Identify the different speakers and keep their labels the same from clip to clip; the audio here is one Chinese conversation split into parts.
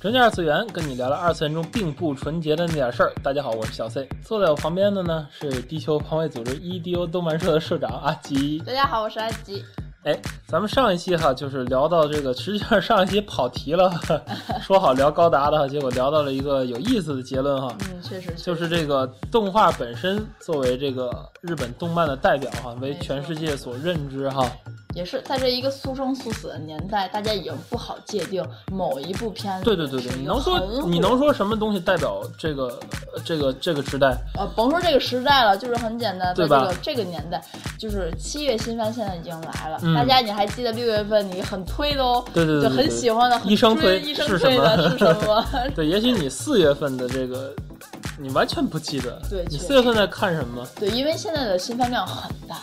Speaker 1: 纯洁二次元，跟你聊聊二次元中并不纯洁的那点事儿。大家好，我是小 C，坐在我旁边的呢是地球防卫组织 E EDO 动漫社的社长阿吉。
Speaker 2: 大家好，我是阿吉。
Speaker 1: 哎，咱们上一期哈，就是聊到这个，实际上上一期跑题了， 说好聊高达的，结果聊到了一个有意思的结论哈，
Speaker 2: 嗯，确实
Speaker 1: 就是这个动画本身作为这个日本动漫的代表哈，为全世界所认知哈。
Speaker 2: 也是在这一个速生速死的年代，大家已经不好界定某一部片子。
Speaker 1: 对对对对，你能说你能说什么东西代表这个呃这个这个时代？
Speaker 2: 呃，甭说这个时代了，就是很简单，在
Speaker 1: 对
Speaker 2: 这
Speaker 1: 吧
Speaker 2: 个这个年代，就是七月新番现在已经来了，
Speaker 1: 嗯
Speaker 2: 大家你还记得六月份你很推的哦，
Speaker 1: 对对对对
Speaker 2: 就很喜欢的，很
Speaker 1: 医生推
Speaker 2: 追医生
Speaker 1: 是
Speaker 2: 推
Speaker 1: 什
Speaker 2: 的
Speaker 1: 么
Speaker 2: 是什么？
Speaker 1: 对，也许你四月份的这个你完全不记得，
Speaker 2: 对
Speaker 1: 你
Speaker 2: 确
Speaker 1: 四月份在看什么？
Speaker 2: 对，因为现在的新番量很大，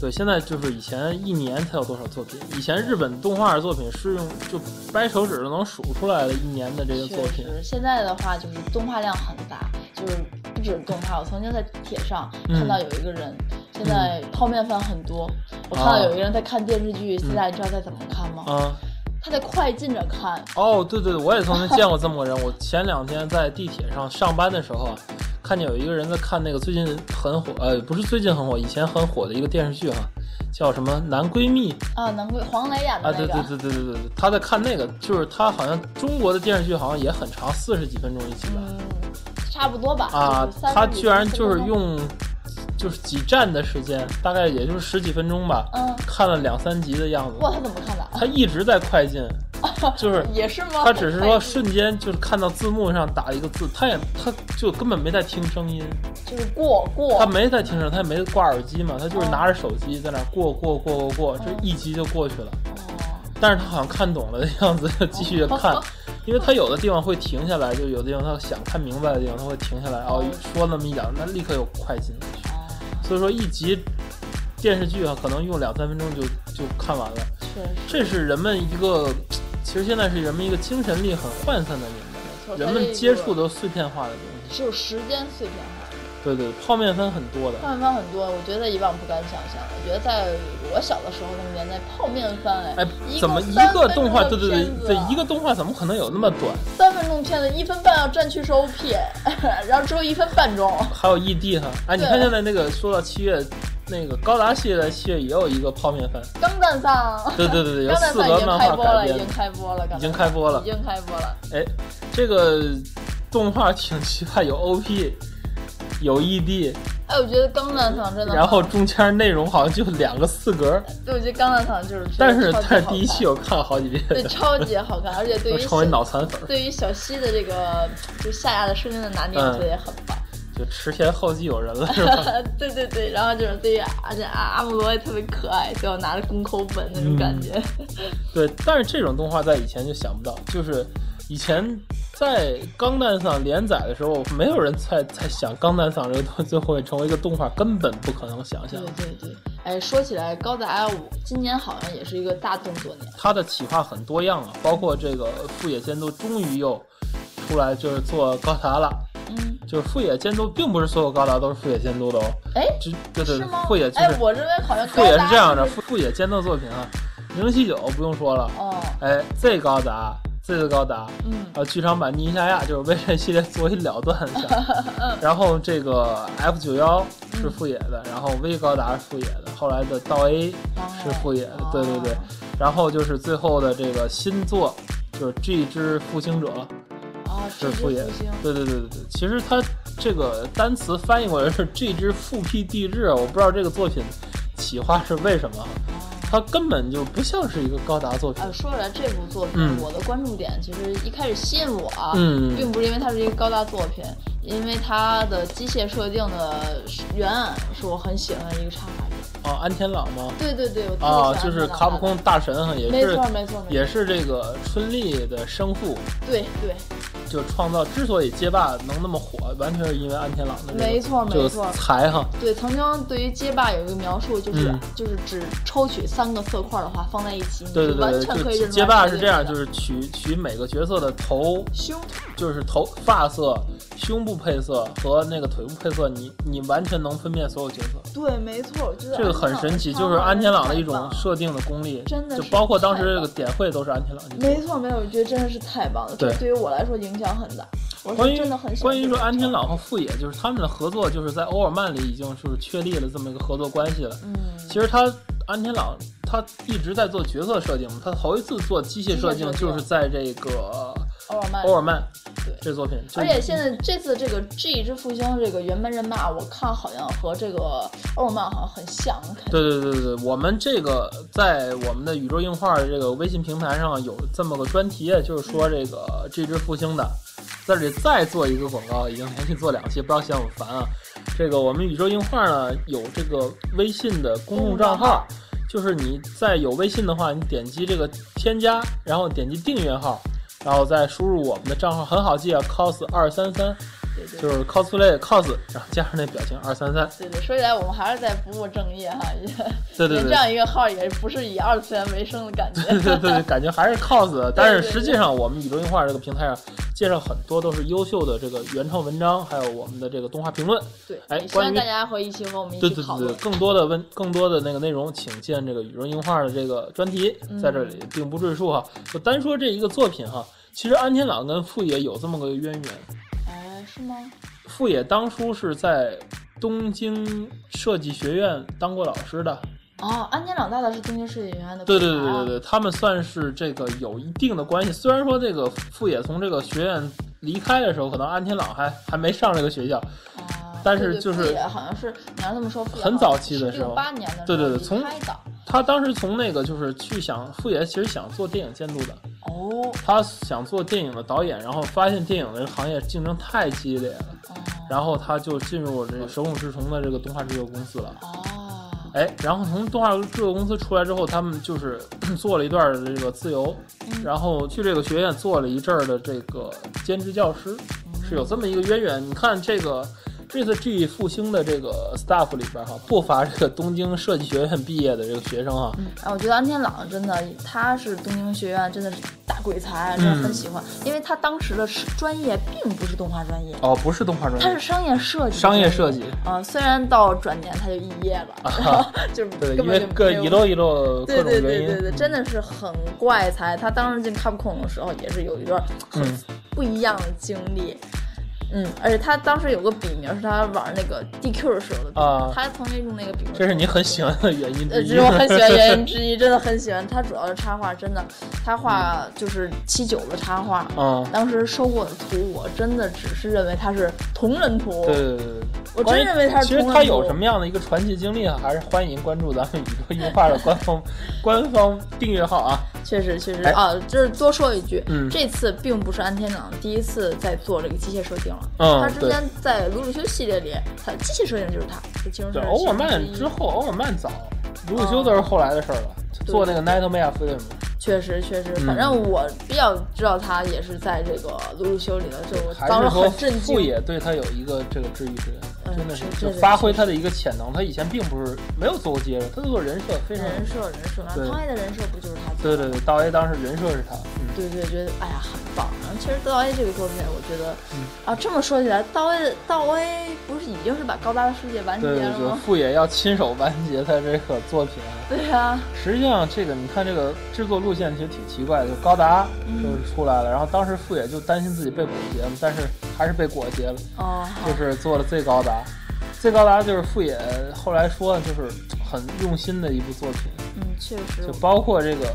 Speaker 1: 对，现在就是以前一年才有多少作品？以前日本动画作品是用就掰手指都能数出来的一年的这个作
Speaker 2: 确
Speaker 1: 品。
Speaker 2: 实，现在的话就是动画量很大，就是不止动画。我曾经在地铁上
Speaker 1: 嗯
Speaker 2: 看到有一个人，现在泡面番很多。我看
Speaker 1: 啊
Speaker 2: 到有一个人在看电视剧，
Speaker 1: 嗯
Speaker 2: 现在你知道在怎么看吗？
Speaker 1: 啊，
Speaker 2: 他在快进着看，
Speaker 1: 哦，对对，对我也曾经见过这么个人。我前两天在地铁上上班的时候啊，看见有一个人在看那个最近很火，呃，不是最近很火，以前很火的一个电视剧哈、叫什么《男闺蜜》
Speaker 2: 啊，难怪黄磊演
Speaker 1: 啊？
Speaker 2: 的那
Speaker 1: 对
Speaker 2: 个，
Speaker 1: 对对对对对，对他在看那个，就是他好像中国的电视剧好像也很长，四十几分钟一集吧。
Speaker 2: 嗯，差不多吧。
Speaker 1: 啊
Speaker 2: 嗯就是，30
Speaker 1: 他居然就是
Speaker 2: 分钟
Speaker 1: 用就是几站的时间，大概也就是十几分钟吧，
Speaker 2: 嗯，
Speaker 1: 看了两三集的样
Speaker 2: 哇，
Speaker 1: 子。
Speaker 2: 他怎么看的？
Speaker 1: 他一直在快进，就是
Speaker 2: 也是吗？
Speaker 1: 他只是
Speaker 2: 快
Speaker 1: 说
Speaker 2: 进
Speaker 1: 瞬间就是看到字幕上打一个字，他也他就根本没在听声音，
Speaker 2: 就是过过
Speaker 1: 他，没在听声，他也没挂耳机嘛，他就是
Speaker 2: 嗯
Speaker 1: 拿着手机在那儿过过过过过，这
Speaker 2: 嗯
Speaker 1: 一集就过去了。
Speaker 2: 哦
Speaker 1: 但是他好像看懂了的样子，继续看，因为他有的地方会停下来，就有的地方他想看明白的地方他会停下来，哦，说那么一两，那立刻有快进。
Speaker 2: 哦，
Speaker 1: 所以说一集电视剧啊，可能用两三分钟就就看完了。
Speaker 2: 确实。
Speaker 1: 这是人们一个，其实现在是人们一个精神力很涣散的年
Speaker 2: 没
Speaker 1: 代，
Speaker 2: 错
Speaker 1: 人
Speaker 2: 它这
Speaker 1: 们
Speaker 2: 个
Speaker 1: 接触都碎片化的东西。
Speaker 2: 只有时间碎片化。
Speaker 1: 对对，泡面番很多的。
Speaker 2: 泡面番很多，我觉得以往不敢想象。我觉得在我小的时候那个年代，泡面番哎，
Speaker 1: 哎
Speaker 2: 一，
Speaker 1: 怎么
Speaker 2: 共
Speaker 1: 一
Speaker 2: 三
Speaker 1: 个
Speaker 2: 分
Speaker 1: 动画？对
Speaker 2: 钟
Speaker 1: 对
Speaker 2: 的
Speaker 1: 对
Speaker 2: 片，子
Speaker 1: 对
Speaker 2: 啊
Speaker 1: 一个动画怎么可能有那么短？
Speaker 2: 三分钟片子一分半要占去是 OP，然后 只有一分半钟。
Speaker 1: 还有异地哈，哎，你看
Speaker 2: 对
Speaker 1: 现在那个说到七月，那个高达系列的七月也有一个泡面番。
Speaker 2: 钢弹上，
Speaker 1: 对对对对，有
Speaker 2: 钢弹
Speaker 1: 四
Speaker 2: 上嗯已
Speaker 1: 格
Speaker 2: 经
Speaker 1: 漫
Speaker 2: 开
Speaker 1: 画
Speaker 2: 播了，
Speaker 1: 改
Speaker 2: 已
Speaker 1: 编
Speaker 2: 经
Speaker 1: 的，
Speaker 2: 开播了，
Speaker 1: 已经开播了
Speaker 2: 已。经开播了。
Speaker 1: 哎，这个动画挺期待， 有 OP，有 ED，
Speaker 2: 哎，我觉得钢弹上真的好，
Speaker 1: 然后中间内容好像就两个四格儿，
Speaker 2: 对，我觉得钢弹上就是，
Speaker 1: 但是
Speaker 2: 它
Speaker 1: 但是第一期我看了好几遍，
Speaker 2: 对超级好看，而且 对
Speaker 1: 都
Speaker 2: 于
Speaker 1: 成为
Speaker 2: 小
Speaker 1: 脑残粉儿。
Speaker 2: 对于小西的这个就下压的声音的拿
Speaker 1: 嗯
Speaker 2: 捏，我觉得也很棒。
Speaker 1: 就池田后继有人了是 吧？
Speaker 2: 对对对，然后就是对于阿这阿阿姆罗也特别可爱，所以我拿着公口本那种感觉。
Speaker 1: 对，但是这种动画在以前就想不到，就是以前。在《钢弹上连载的时候，没有人在在想《钢弹上这个东西最后会成为一个动画，根本不可能想象
Speaker 2: 对。对对，哎，说起来高达，我今年好像也是一个大动作年。
Speaker 1: 他的企划很多样啊，包括这个富野监督终于又出来就是做高达了。
Speaker 2: 嗯，
Speaker 1: 就是富野监督，并不是所有高达都是富野监督的哦。
Speaker 2: 哎，
Speaker 1: 只对对
Speaker 2: 是，吗？
Speaker 1: 富野就
Speaker 2: 哎
Speaker 1: 是，
Speaker 2: 我认为好像
Speaker 1: 富
Speaker 2: 高
Speaker 1: 野
Speaker 2: 达
Speaker 1: 是这样的，富富野监督作品啊，零七九不用说了，
Speaker 2: 哦，
Speaker 1: 哎，Z 高达，Z 的高达，
Speaker 2: 嗯，
Speaker 1: 呃，剧场版尼夏亚就是为这系列做一了断 的，
Speaker 2: 嗯
Speaker 1: 然后这个 F 九幺是富野的，然后 V 高达是富野的，后来的道 A 是富野的
Speaker 2: 哦，
Speaker 1: 对对对，然后就是最后的这个新作就是 G 之复兴者，
Speaker 2: 哦，
Speaker 1: 是
Speaker 2: 这
Speaker 1: 复野
Speaker 2: 野星，
Speaker 1: 对对对对对，其实它这个单词翻译过来是“这只复辟地质”，啊我不知道这个作品企划是为什么，啊
Speaker 2: 哦
Speaker 1: 它根本就不像是一个高达作品。
Speaker 2: 呃，说起来这部作品，
Speaker 1: 嗯
Speaker 2: 我的关注点其实一开始吸引我啊，
Speaker 1: 嗯
Speaker 2: 并不是因为它是一个高达作品，因为它的机械设定的原案是我很喜欢的一个插画点。
Speaker 1: 啊，安天朗吗？
Speaker 2: 对对对，我特别
Speaker 1: 啊，
Speaker 2: 喜欢
Speaker 1: 就是
Speaker 2: 看
Speaker 1: 卡
Speaker 2: 到
Speaker 1: 普
Speaker 2: 他
Speaker 1: 空大神哈，也
Speaker 2: 没
Speaker 1: 是
Speaker 2: 错没错，没错
Speaker 1: 也是这个春丽的生父，
Speaker 2: 对对，
Speaker 1: 就创造之所以街霸能那么火，完全是因为安天朗的这个
Speaker 2: 没错
Speaker 1: 这
Speaker 2: 没
Speaker 1: 个
Speaker 2: 错。
Speaker 1: 才哈，
Speaker 2: 对，曾经对于街霸有一个描述，就是、
Speaker 1: 嗯
Speaker 2: 就是只抽取三个色块的话放在一起，
Speaker 1: 对对
Speaker 2: 你完
Speaker 1: 对
Speaker 2: 全
Speaker 1: 对，
Speaker 2: 可以
Speaker 1: 就
Speaker 2: 认出
Speaker 1: 街
Speaker 2: 来
Speaker 1: 霸
Speaker 2: 这
Speaker 1: 是
Speaker 2: 个
Speaker 1: 这样，就
Speaker 2: 人
Speaker 1: 是取取每个角色的头，
Speaker 2: 胸，
Speaker 1: 就是头发色、胸部配色和那个腿部配色，你你完全能分辨所有角色，
Speaker 2: 对，没错，我觉得
Speaker 1: 这个很神奇，就是安天朗的一种
Speaker 2: 设，
Speaker 1: 设定的功力，
Speaker 2: 真的
Speaker 1: 就是包括当时
Speaker 2: 太棒
Speaker 1: 这个点会都是安天朗去做的。
Speaker 2: 没错没错，我觉得真的是太棒了，
Speaker 1: 对
Speaker 2: 这对于我来说影响很大，我
Speaker 1: 关
Speaker 2: 是
Speaker 1: 于
Speaker 2: 真的很喜欢
Speaker 1: 关于
Speaker 2: 这
Speaker 1: 说
Speaker 2: 个
Speaker 1: 安
Speaker 2: 人
Speaker 1: 天，朗和富野，就是他们的合作，就是在欧尔曼里已经就是确立了这么一个合作关系了。
Speaker 2: 嗯，
Speaker 1: 其实他安天朗他一直在做角色设定嘛，他头一次做机械设定
Speaker 2: 机械设定
Speaker 1: 就是在这个
Speaker 2: 欧尔曼
Speaker 1: 欧尔曼
Speaker 2: 对
Speaker 1: 这作品，
Speaker 2: 哦而且现在这次这个 G 之复兴这个原班人马，我看好像和这个欧尔曼好像很像，看
Speaker 1: 对对对对对，我们这个在我们的宇宙硬化的这个微信平台上有这么个专题，就是说这个这只复兴的，在这里再做一个广告，已经连续做两期，不要嫌我烦啊。这个我们宇宙硬化呢有这个微信的公共账号，就是你在有微信的话，你点击这个添加，然后点击订阅号，然后再输入我们的账号，很好记啊，cos 二三三，
Speaker 2: 对对
Speaker 1: 就是 cosplay cos，然后加上那表情二三三，
Speaker 2: 对对，说起来我们还是在不务正业哈，也
Speaker 1: 对对
Speaker 2: 连
Speaker 1: 对
Speaker 2: 这。样一个号也不是以二次元为生的感 觉。
Speaker 1: 对对对，感觉还是 cos，的但 是
Speaker 2: 对对
Speaker 1: 实际上我们宇宙映画这个平台上介绍很多都是优秀的这个原创文章，还有我们的这个动画评论。
Speaker 2: 对，
Speaker 1: 哎
Speaker 2: 也希望
Speaker 1: 关于
Speaker 2: 大家会一起和我们
Speaker 1: 对
Speaker 2: 一起
Speaker 1: 对
Speaker 2: 讨
Speaker 1: 对对
Speaker 2: 论，。
Speaker 1: 更多的问更多的那个内容，请见这个宇宙映画的这个专题，
Speaker 2: 嗯
Speaker 1: 在这里并不赘述哈。就单说这一个作品哈，其实安天朗跟富野有这么个渊源。
Speaker 2: 哎，是吗？
Speaker 1: 富野当初是在东京设计学院当过老师的，
Speaker 2: 哦，安年朗大大是东京设计学院的。
Speaker 1: 对对对对。对，他们算是这个有一定的关系。虽然说这个富野从这个学院离开的时候，可能安天朗还还没上这个学校。
Speaker 2: 啊，
Speaker 1: 但是
Speaker 2: 对对
Speaker 1: 就是
Speaker 2: 富野好像是你要这么说，富野
Speaker 1: 很早期的时候
Speaker 2: 六八年的时候
Speaker 1: 对对对
Speaker 2: 离
Speaker 1: 从
Speaker 2: 开的
Speaker 1: 他当时从那个就是去想富野其实想做电影监督的，
Speaker 2: 哦，
Speaker 1: 他想做电影的导演，然后发现电影的行业竞争太激烈了，
Speaker 2: 哦
Speaker 1: 然后他就进入这个手冢治虫的这个动画制作公司了。
Speaker 2: 哦，
Speaker 1: 哎，然后从动画制作公司出来之后，他们就是 做了一段的这个自由，
Speaker 2: 嗯
Speaker 1: 然后去这个学院做了一阵儿的这个兼职教师，
Speaker 2: 嗯
Speaker 1: 是有这么一个渊源。你看这个这次 G 复兴的这个 staff 里边儿哈，不乏这个东京设计学院毕业的这个学生哈，
Speaker 2: 哎，我觉得安天朗真的，他是东京学院真的是大鬼才，啊真的
Speaker 1: 嗯
Speaker 2: 很喜欢，因为他当时的是专业并不是动画专业，
Speaker 1: 哦，不是动画专
Speaker 2: 他是
Speaker 1: 业，
Speaker 2: 商业设计，
Speaker 1: 商业设计。
Speaker 2: 啊、虽然到转年他就肄业了，然 后就是
Speaker 1: 啊对，
Speaker 2: 根
Speaker 1: 因为
Speaker 2: 本就
Speaker 1: 各
Speaker 2: 没有
Speaker 1: 遗漏遗漏各
Speaker 2: 对
Speaker 1: 种
Speaker 2: 对
Speaker 1: 原
Speaker 2: 对
Speaker 1: 因，
Speaker 2: 对对，真的是很怪才。他当时进 Capcom 的时候也是有一段很
Speaker 1: 嗯
Speaker 2: 不一样的经历。嗯，而且他当时有个笔名是他玩那个 DQ 的时候的笔名，
Speaker 1: 啊
Speaker 2: 他曾经用那个笔名。
Speaker 1: 这是你很喜。欢的原因
Speaker 2: 呃，
Speaker 1: 之
Speaker 2: 这
Speaker 1: 一。
Speaker 2: 是我 很喜欢原因之一，真的很喜欢。他主要是插画，真的，他画就是七九的插画。
Speaker 1: 嗯，
Speaker 2: 当时收过的图，我真的只是认为他是同人图。
Speaker 1: 对对对对。
Speaker 2: 我
Speaker 1: 关
Speaker 2: 真
Speaker 1: 于
Speaker 2: 认为他是
Speaker 1: 其实
Speaker 2: 同人
Speaker 1: 他有
Speaker 2: 图
Speaker 1: 什么样的一个传奇经历啊，还是欢迎关注咱们宇宙映画的官 方官方订阅号啊。
Speaker 2: 确实，确实
Speaker 1: 哎
Speaker 2: 啊，就是多说一句，
Speaker 1: 嗯
Speaker 2: 这次并不是安天朗第一次在做这个机械设定了，
Speaker 1: 嗯
Speaker 2: 他之前在鲁鲁修系列里，他机械设定就是他，就其中是嗯
Speaker 1: 对，欧尔曼
Speaker 2: 其中之
Speaker 1: 之
Speaker 2: 一
Speaker 1: 后，欧尔曼早，鲁鲁修都是后来的事儿了。做那个 Night Mare Film，
Speaker 2: 确实确实，
Speaker 1: 嗯
Speaker 2: 反正我比较知道他也是在这个鲁鲁修里的，就我
Speaker 1: 还
Speaker 2: 当时
Speaker 1: 是说
Speaker 2: 很震
Speaker 1: 富
Speaker 2: 惊，
Speaker 1: 野对他有一个这个治愈之
Speaker 2: 嗯
Speaker 1: 恩，真的是
Speaker 2: 这
Speaker 1: 就
Speaker 2: 这个
Speaker 1: 发挥他的一个潜能。他以前并不是没有做过接人，他做人设非常。
Speaker 2: 人设人设，
Speaker 1: 嗯对
Speaker 2: 康爷的人设不就是他做
Speaker 1: 对
Speaker 2: 的？
Speaker 1: 对对，道爷当时人设是他，嗯，
Speaker 2: 对对，觉得哎呀很棒。然后其实《道 A》这个作品，我觉得、
Speaker 1: 嗯
Speaker 2: 啊，这么说起来，《道 A》《道 A》不是已经是把高达的世界完结
Speaker 1: 对对
Speaker 2: 了
Speaker 1: 对，
Speaker 2: 吗？
Speaker 1: 富野要亲手完结他这个作品啊。
Speaker 2: 对啊，
Speaker 1: 实际上，这个你看，这个制作路线其实挺奇怪的。就高达就是出来了，然后当时富野就担心自己被裹挟嘛，但是还是被裹挟了，
Speaker 2: 哦，好
Speaker 1: 就是做了最高达。最高达就是富野后来说，就是很用心的一部作品，
Speaker 2: 嗯，确实
Speaker 1: 就，包括这个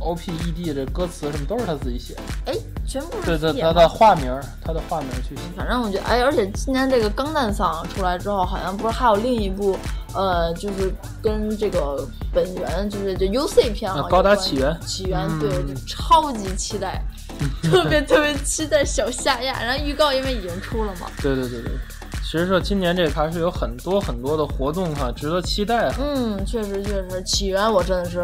Speaker 1: O P E D 这歌词什么都是他自己写的，
Speaker 2: 哎，全部
Speaker 1: 对
Speaker 2: 是
Speaker 1: 对，
Speaker 2: 铁
Speaker 1: 他
Speaker 2: 嘛
Speaker 1: 的化名儿，他的化名儿去写。
Speaker 2: 反正我觉得，哎，而且今年这个钢弹桑出来之后，好像不是还有另一部呃，就是跟这个本源，就是这 UC 片
Speaker 1: 啊
Speaker 2: 啊，
Speaker 1: 高达
Speaker 2: 有关
Speaker 1: 起源
Speaker 2: 起源，
Speaker 1: 嗯
Speaker 2: 对我就超级期 待，特别特别期待小夏亚。然后预告因为已经出了嘛，
Speaker 1: 对对对对，其实说今年这个还是有很多很多的活动哈、值得期待哈、
Speaker 2: 嗯，确实确实，起源我真的是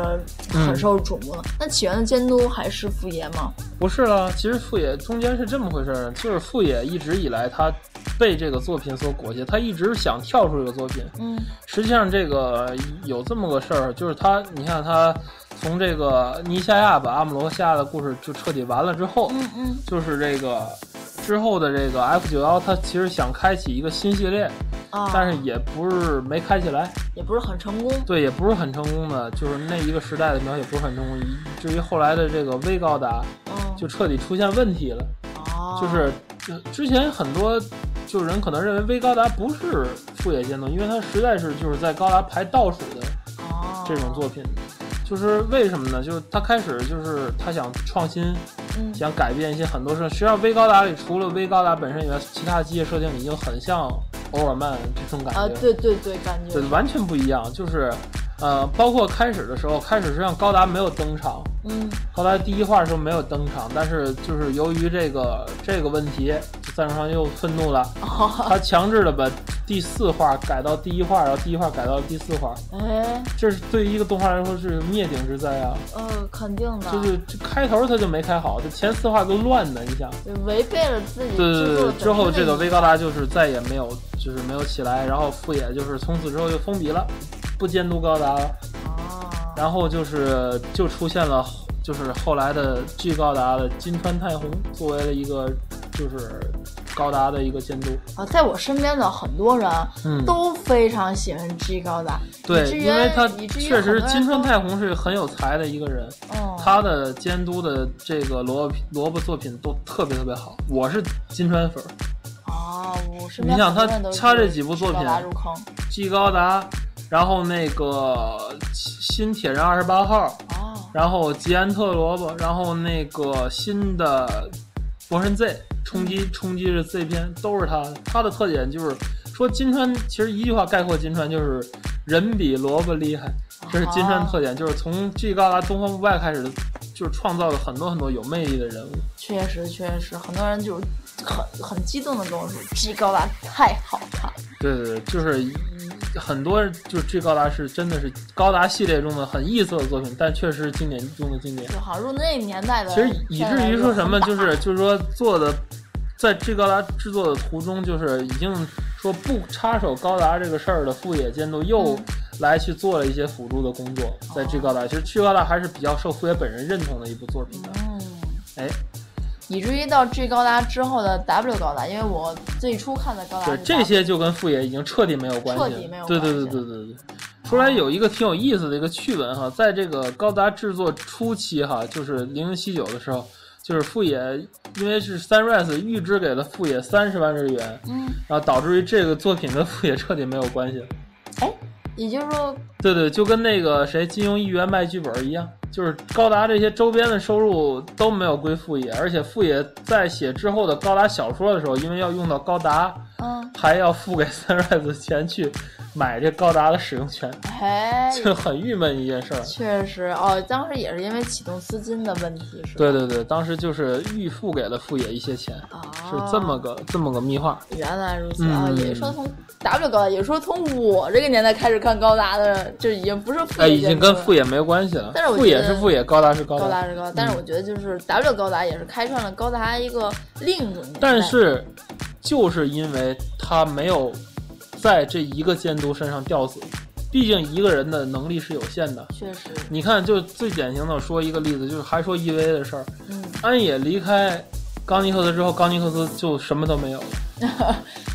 Speaker 1: 嗯
Speaker 2: 很受瞩目了。那起源的监督还是傅爷吗？
Speaker 1: 不是啦，其实富野中间是这么回事儿，就是富野一直以来他被这个作品所裹挟，他一直想跳出这个作品。
Speaker 2: 嗯
Speaker 1: 实际上，这个有这么个事儿，就是他，你看他从这个尼夏亚把阿姆罗夏的故事就彻底完了之后，
Speaker 2: 嗯嗯
Speaker 1: 就是这个之后的这个 F 九幺，他其实想开启一个新系列，
Speaker 2: 啊，
Speaker 1: 但是也不是没开起来，
Speaker 2: 也不是很成功。
Speaker 1: 对，也不是很成功的，就是那一个时代的描写不是很成功，以至于后来的这个微高达
Speaker 2: 嗯，
Speaker 1: 就彻底出现问题了，
Speaker 2: 哦
Speaker 1: 就是呃之前很多。就人可能认为微高达不是富野监督，因为他实在是就是在高达排倒数的
Speaker 2: 哦
Speaker 1: 这种作品，就是为什么呢？就是他开始就是他想创新，
Speaker 2: 嗯
Speaker 1: 想改变一些很多事。实际上，微高达里除了微高达本身以外，其他机械设定已经很像欧尔曼这种感觉，
Speaker 2: 啊，对对对，感觉
Speaker 1: 对，完全不一样。就是，呃，包括开始的时候，开始是让高达没有登场，
Speaker 2: 嗯
Speaker 1: 高达第一话的时候没有登场，但是就是由于这个这个问题，赞助商又愤怒了，
Speaker 2: 哦，
Speaker 1: 他强制的把第四话改到第一话，然后第一话改到第四话。
Speaker 2: 哎，
Speaker 1: 这是对于一个动画来说是灭顶之灾啊！
Speaker 2: 呃，肯定的，
Speaker 1: 就是这开头他就没开好，这前四话都乱的，你想？
Speaker 2: 就违背了自己
Speaker 1: 对对
Speaker 2: 制作
Speaker 1: 对
Speaker 2: 的，
Speaker 1: 之后
Speaker 2: 本身
Speaker 1: 这个
Speaker 2: 的意
Speaker 1: 微高达就是再也没有，就是没有起来，然后富野就是从此之后就封笔了，不监督高达了，
Speaker 2: 义哦，
Speaker 1: 然后就是就出现了就是后来的 G 高达的金川太宏作为了一个就是高达的一个监督，
Speaker 2: 啊，在我身边的很多人
Speaker 1: 嗯
Speaker 2: 都非常喜欢 G 高达，以
Speaker 1: 对，
Speaker 2: 至于
Speaker 1: 因为他
Speaker 2: 以至于
Speaker 1: 确实
Speaker 2: 很多人
Speaker 1: 金川
Speaker 2: 都
Speaker 1: 太宏是很有才的一个人，
Speaker 2: 嗯，
Speaker 1: 他的监督的这个萝卜萝卜作品都特别特别好，我是金川粉儿。
Speaker 2: 哦，我身
Speaker 1: 你
Speaker 2: 边
Speaker 1: 想
Speaker 2: 很多
Speaker 1: 他
Speaker 2: 人都是
Speaker 1: 他这几部作品啊
Speaker 2: 高达入坑
Speaker 1: G 高达，然后那个新铁人二十八号，
Speaker 2: 哦，
Speaker 1: 然后吉安特萝卜，然后那个新的魔神 Z 冲击冲击是 Z 篇，都是他。他的特点就是说金川，其实一句话概括金川就是人比萝卜厉害，这是金川的特点，就是从 G 高达东方不败开始，就是创造了很多很多有魅力的人物。
Speaker 2: 确实确实，很多人就是很很激动的跟我说 G 高达太好看了，
Speaker 1: 对对对，就是一很多就是这高达是真的是高达系列中的很异色的作品，但确实是经典中的经典。
Speaker 2: 就好像入那个年代的
Speaker 1: 其实
Speaker 2: 人
Speaker 1: 以
Speaker 2: 现在
Speaker 1: 至于 说
Speaker 2: 很
Speaker 1: 什么，
Speaker 2: 大
Speaker 1: 就是就是说做的，在这高达制作的途中，就是已经说不插手高达这个事儿的富野监督又
Speaker 2: 嗯哦
Speaker 1: 来去做了一些辅助的工作，在这高达，其实这高达还是比较受富野本人认同的一部作品的。
Speaker 2: 嗯。
Speaker 1: 哎，
Speaker 2: 以至于到 G 高达之后的 W 高达，因为我最初看的高达
Speaker 1: 对
Speaker 2: 是，
Speaker 1: 这些就跟副业已经彻底没有关系了。
Speaker 2: 嗯彻底没有
Speaker 1: 对对对
Speaker 2: 关系
Speaker 1: 对对对。出来有一个挺有意思的一个趣闻哈，在这个高达制作初期哈，就是零零七九的时候，就是富野因为是 Sunrise 预支给了富野三十万日元，
Speaker 2: 嗯，
Speaker 1: 然后导致于这个作品跟富野彻底没有关系了。
Speaker 2: 也就是说，
Speaker 1: 对对，就跟那个谁金庸一元卖剧本一样，就是高达这些周边的收入都没有归富野，而且富野在写之后的高达小说的时候，因为要用到高达，
Speaker 2: 嗯，
Speaker 1: 还要付给 Sunrise 钱去买这高达的使用权，
Speaker 2: 哎，
Speaker 1: 就很郁闷一件事儿。
Speaker 2: 确实哦，当时也是因为启动资金的问题，是吧？
Speaker 1: 对对对，当时就是预付给了富野一些钱，
Speaker 2: 啊，
Speaker 1: 是这么个这么个密话。
Speaker 2: 原来如此
Speaker 1: 嗯
Speaker 2: 啊，也是说从 W 高达，也是说从我这个年代开始看高达的，就已经不是富
Speaker 1: 哎，
Speaker 2: 野
Speaker 1: 已
Speaker 2: 阶
Speaker 1: 经
Speaker 2: 段
Speaker 1: 跟
Speaker 2: 了
Speaker 1: 富野没关系了嗯
Speaker 2: 但是，我
Speaker 1: 富
Speaker 2: 觉
Speaker 1: 野
Speaker 2: 得
Speaker 1: 是富野，高达是高
Speaker 2: 高
Speaker 1: 达
Speaker 2: 达。是高达，但是我觉得就是 W 高达也是开创了高达一个另一种年代。
Speaker 1: 但是，就是因为他没有在这一个监督身上吊死，毕竟一个人的能力是有限的。
Speaker 2: 确实，
Speaker 1: 你看，就最典型的说一个例子，就是还说 EVA 的事儿，
Speaker 2: 嗯，
Speaker 1: 安野离开冈尼克斯之后，冈尼克斯就什么都没有了。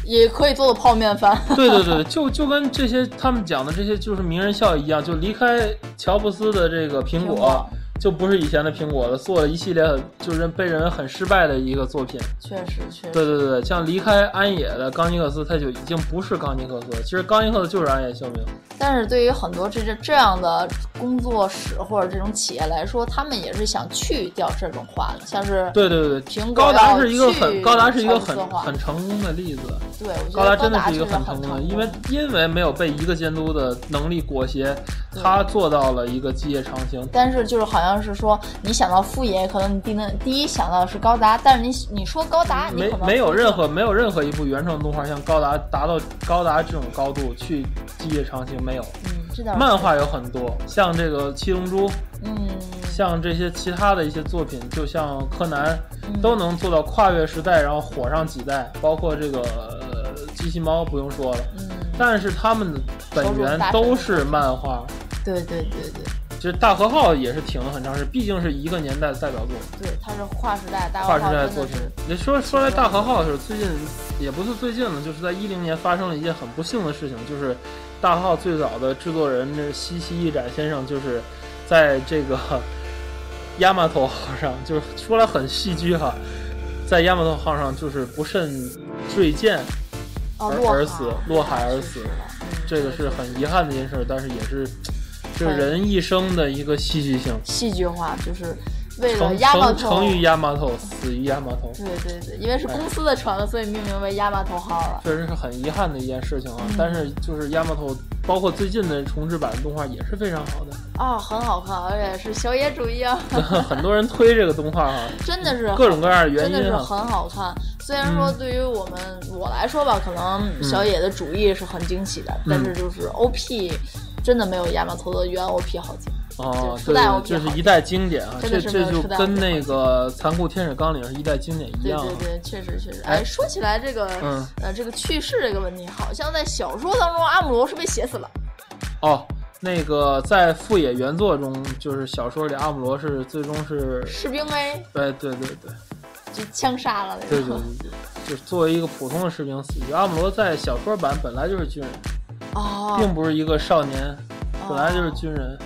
Speaker 2: 也可以做做泡面番。
Speaker 1: 对对对，就就跟这些他们讲的这些就是名人效应一样，就离开乔布斯的这个苹果，
Speaker 2: 苹果
Speaker 1: 就不是以前的苹果了，做了一系列就是被认为很失败的一个作品。
Speaker 2: 确实确实，
Speaker 1: 对对对，像离开安野的冈尼克斯，他就已经不是冈尼克斯了。其实冈尼克斯就是安野秀明。
Speaker 2: 但是对于很多这这这样的工作室或者这种企业来说，他们也是想去掉这种化的，像是
Speaker 1: 对对对，
Speaker 2: 苹果
Speaker 1: 高达
Speaker 2: 要
Speaker 1: 是一个
Speaker 2: 去
Speaker 1: 很高达是一个很
Speaker 2: 超策划
Speaker 1: 很成功的例子，
Speaker 2: 对，我觉得
Speaker 1: 高达真的是一
Speaker 2: 确
Speaker 1: 个
Speaker 2: 实很
Speaker 1: 成功的，
Speaker 2: 成
Speaker 1: 因为因为没有被一个监督的能力裹挟，
Speaker 2: 对
Speaker 1: 他做到了一个基业长青。
Speaker 2: 但是就是好像是说，你想到傅爷，可能你第能第一想到是高达，但是你你说高达，你
Speaker 1: 没
Speaker 2: 可能
Speaker 1: 没有任何没有任何一部原创动画像高达达到高达这种高度去基业长青没有。
Speaker 2: 嗯，这点儿
Speaker 1: 漫画有很多，像这个《七龙珠》，
Speaker 2: 嗯
Speaker 1: 像这些其他的一些作品，就像柯南，
Speaker 2: 嗯
Speaker 1: 都能做到跨越时代，然后火上几代。包括这个、呃、机器猫不用说了，
Speaker 2: 嗯，
Speaker 1: 但是他们的本源都是漫画。
Speaker 2: 对对对对
Speaker 1: 其实大和号也是挺了很长时间，毕竟是一个年代的代表作，
Speaker 2: 对，它是跨时代，大
Speaker 1: 跨
Speaker 2: 文
Speaker 1: 时
Speaker 2: 化
Speaker 1: 代的
Speaker 2: 真的
Speaker 1: 作品
Speaker 2: 是。
Speaker 1: 你说说来大和号的时候，最近也不是最近了，就是在一零年发生了一件很不幸的事情，就是大和号最早的制作人这西西一展先生，就是在这个 亚马头号上，就是说来很戏剧哈，在亚马头号上就是不慎坠舰
Speaker 2: 哦
Speaker 1: 而，
Speaker 2: 落
Speaker 1: 而
Speaker 2: 海
Speaker 1: 死落海而
Speaker 2: 去世
Speaker 1: 死
Speaker 2: 了嗯
Speaker 1: 这个是很遗憾的一件事，但是也是这个人一生的一个戏剧性。
Speaker 2: 戏剧化，就是为了
Speaker 1: 成
Speaker 2: 压到
Speaker 1: 成
Speaker 2: 头
Speaker 1: 成于亚麻头，死于亚麻头，
Speaker 2: 对对对，因为是公司的船了，所以命名为亚麻头号了。
Speaker 1: 确实是很遗憾的一件事情啊
Speaker 2: 嗯。
Speaker 1: 但是就是亚麻头，包括最近的重制版动画也是非常好的，
Speaker 2: 啊，很好看，而且是小野主义啊，
Speaker 1: 很多人推这个动画啊，
Speaker 2: 真的是
Speaker 1: 各种各样的原
Speaker 2: 真的
Speaker 1: 因
Speaker 2: 是
Speaker 1: 啊。
Speaker 2: 很好看。虽然说
Speaker 1: 嗯
Speaker 2: 对于我们、我来说吧，可能小野的主意是很惊喜
Speaker 1: 嗯
Speaker 2: 的，但是就是 OP 真的没有亚麻头的原 OP 好听。
Speaker 1: 哦，
Speaker 2: 是
Speaker 1: 对，
Speaker 2: 代 OP
Speaker 1: 对就是一代经典啊，
Speaker 2: 真的
Speaker 1: 这
Speaker 2: 是
Speaker 1: 这
Speaker 2: 没有
Speaker 1: 就
Speaker 2: 时代
Speaker 1: 跟
Speaker 2: 的
Speaker 1: 那个《残酷天使纲领》是一代经典一
Speaker 2: 对
Speaker 1: 样啊。
Speaker 2: 对对，确实确实。
Speaker 1: 哎
Speaker 2: 哎，说起来这个、
Speaker 1: 嗯
Speaker 2: 呃这个去世这个问题，好像在小说当中阿姆罗是被写死了。
Speaker 1: 哦，那个在富野原作中，就是小说里阿姆罗是最终是，
Speaker 2: 士兵 A
Speaker 1: 哎，对对对。
Speaker 2: 就枪杀了那
Speaker 1: 对
Speaker 2: 个。
Speaker 1: 对对，就是作为一个普通的士兵死去。阿姆罗在小说版本来就是军人，
Speaker 2: 哦，
Speaker 1: 并不是一个少年，本来就是军人。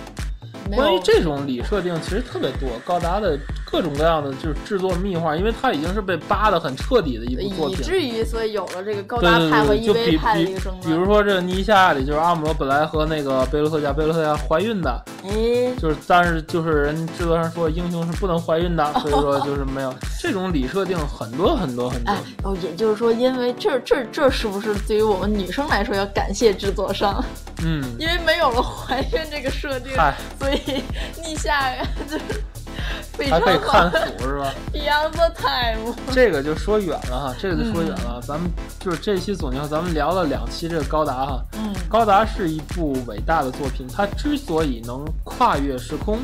Speaker 2: 没有
Speaker 1: 关于这种理设定其实特别多，高达的各种各样的就是制作密画，因为它已经是被扒得很彻底的一部作
Speaker 2: 以
Speaker 1: 品。
Speaker 2: 至于所以有了这个高
Speaker 1: 对
Speaker 2: 达
Speaker 1: 对
Speaker 2: 派和
Speaker 1: 对，
Speaker 2: 伊
Speaker 1: 就
Speaker 2: 维
Speaker 1: 比
Speaker 2: 派的一
Speaker 1: 比
Speaker 2: 个争
Speaker 1: 比如
Speaker 2: 端。
Speaker 1: 说这尼夏里，就是阿姆罗本来和那个贝洛特加，贝洛特加怀孕的，
Speaker 2: 哎，
Speaker 1: 就是但是就是人制作上说英雄是不能怀孕的，所以说就是没有这种理设定很多很多很多
Speaker 2: 哦哎。，哦，也就是说，因为这这这是不是对于我们女生来说要感谢制作商？
Speaker 1: 嗯，
Speaker 2: 因为没有了怀孕这个设定，
Speaker 1: 嗨，
Speaker 2: 所以 逆下就是 被
Speaker 1: 还
Speaker 2: 称
Speaker 1: 可以看
Speaker 2: 为
Speaker 1: 谱是 吧？
Speaker 2: Beyond the Time。
Speaker 1: 这个就说远了哈，这个就说远
Speaker 2: 嗯
Speaker 1: 了。咱们就是这期总结后，咱们聊了两期这个高达哈。
Speaker 2: 嗯，
Speaker 1: 高达是一部伟大的作品，它之所以能跨越时空，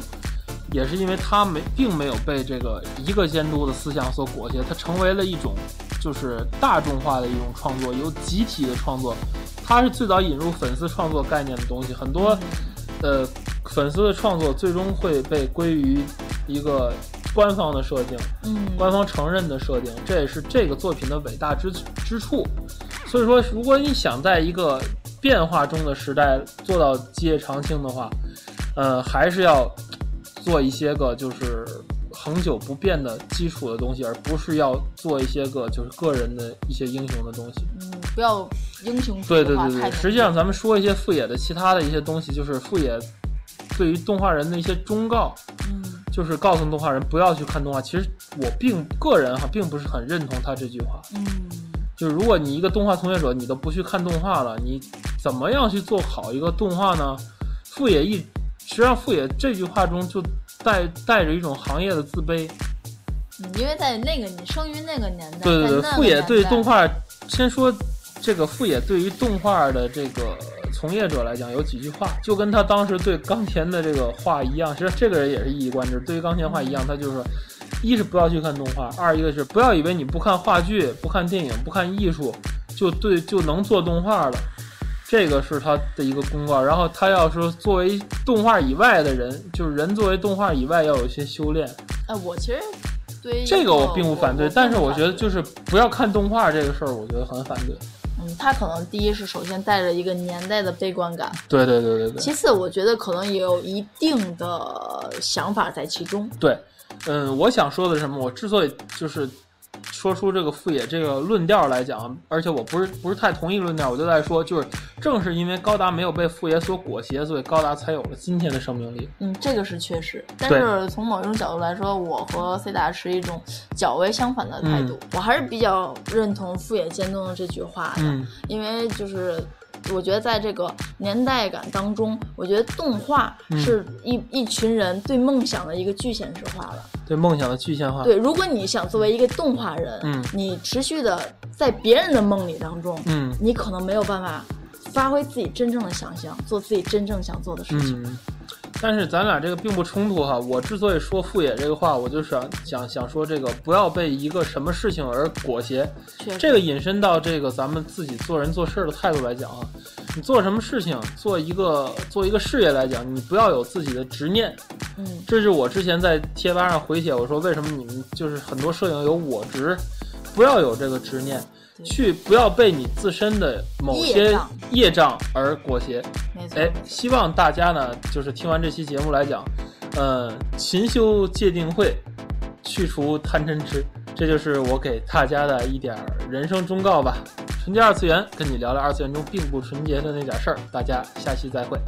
Speaker 1: 也是因为它没并没有被这个一个监督的思想所裹挟，它成为了一种就是大众化的一种创作，由集体的创作。它是最早引入粉丝创作概念的东西，很多呃粉丝的创作最终会被归于一个官方的设定。
Speaker 2: 嗯，
Speaker 1: 官方承认的设定，这也是这个作品的伟大之之处。所以说，如果你想在一个变化中的时代做到基业长青的话，呃，还是要做一些个就是恒久不变的基础的东西，而不是要做一些个就是个人的一些英雄的东西。
Speaker 2: 嗯，不要英雄
Speaker 1: 对
Speaker 2: 主义
Speaker 1: 对
Speaker 2: 化
Speaker 1: 对
Speaker 2: 太
Speaker 1: 对，
Speaker 2: 浓
Speaker 1: 实际上咱们说一些富野的其他的一些东西，就是富野对于动画人的一些忠告，
Speaker 2: 嗯
Speaker 1: 就是告诉动画人不要去看动画。其实我并个人哈，并不是很认同他这句话。
Speaker 2: 嗯，
Speaker 1: 就是如果你一个动画从业者，你都不去看动画了，你怎么样去做好一个动画呢？富野一，实际上富野这句话中就带带着一种行业的自卑。
Speaker 2: 嗯因为在那个你生于那个年代，
Speaker 1: 对对对
Speaker 2: 在，那个
Speaker 1: 富野对
Speaker 2: 年代
Speaker 1: 动画，先说这个富野对于动画的这个从业者来讲，有几句话，就跟他当时对冈田的这个话一样，其实这个人也是一以贯之，对于冈田话一样，他就是。一是不要去看动画，二一个是不要以为你不看话剧、不看电影、不看艺术，就对就能做动画了，这个是他的一个公告。然后他要说，作为动画以外的人，就是人作为动画以外要有一些修炼，
Speaker 2: 哎，我其实对于
Speaker 1: 这个我并不反对，但是
Speaker 2: 我
Speaker 1: 我觉得就是不要看动画这个事儿，我觉得很反对。
Speaker 2: 嗯，他可能第一是首先带着一个年代的悲观感，
Speaker 1: 对对对对对。
Speaker 2: 其次我觉得可能也有一定的想法在其中。
Speaker 1: 对，嗯，我想说的是什么？我之所以就是说出这个富野这个论调来讲，而且我不是不是太同意论调，我就在说，就是正是因为高达没有被富野所裹挟，所以高达才有了今天的生命力。
Speaker 2: 嗯，这个是确实，但
Speaker 1: 对
Speaker 2: 是从某种角度来说，我和 C 达持一种较为相反的态
Speaker 1: 嗯
Speaker 2: 度。我还是比较认同富野监督的这句话的，
Speaker 1: 嗯
Speaker 2: 因为就是我觉得在这个年代感当中，我觉得动画
Speaker 1: 嗯
Speaker 2: 是一、一群人对梦想的一个具现实化了。
Speaker 1: 对梦想的具象化。
Speaker 2: 对，如果你想作为一个动画人，
Speaker 1: 啊嗯
Speaker 2: 你持续的在别人的梦里当中，
Speaker 1: 嗯
Speaker 2: 你可能没有办法发挥自己真正的想象，做自己真正想做的事情。
Speaker 1: 嗯，但是咱俩这个并不冲突哈。我之所以说富野这个话，我就是想想想说这个不要被一个什么事情而裹挟。
Speaker 2: 确实，
Speaker 1: 这个引申到这个咱们自己做人做事儿的态度来讲啊，你做什么事情，做一个做一个事业来讲，你不要有自己的执念。
Speaker 2: 嗯
Speaker 1: 这是我之前在贴吧上回帖，我说为什么你们就是很多摄影有我执，不要有这个执念，
Speaker 2: 对
Speaker 1: 去不要被你自身的某
Speaker 2: 业
Speaker 1: 些
Speaker 2: 障
Speaker 1: 业障而裹挟。
Speaker 2: 没错。
Speaker 1: 哎，希望大家呢，就是听完这期节目来讲，呃，勤修戒定慧，去除贪嗔痴，这就是我给大家的一点儿人生忠告吧。纯洁二次元，跟你聊聊二次元中并不纯洁的那点事儿。大家下期再会。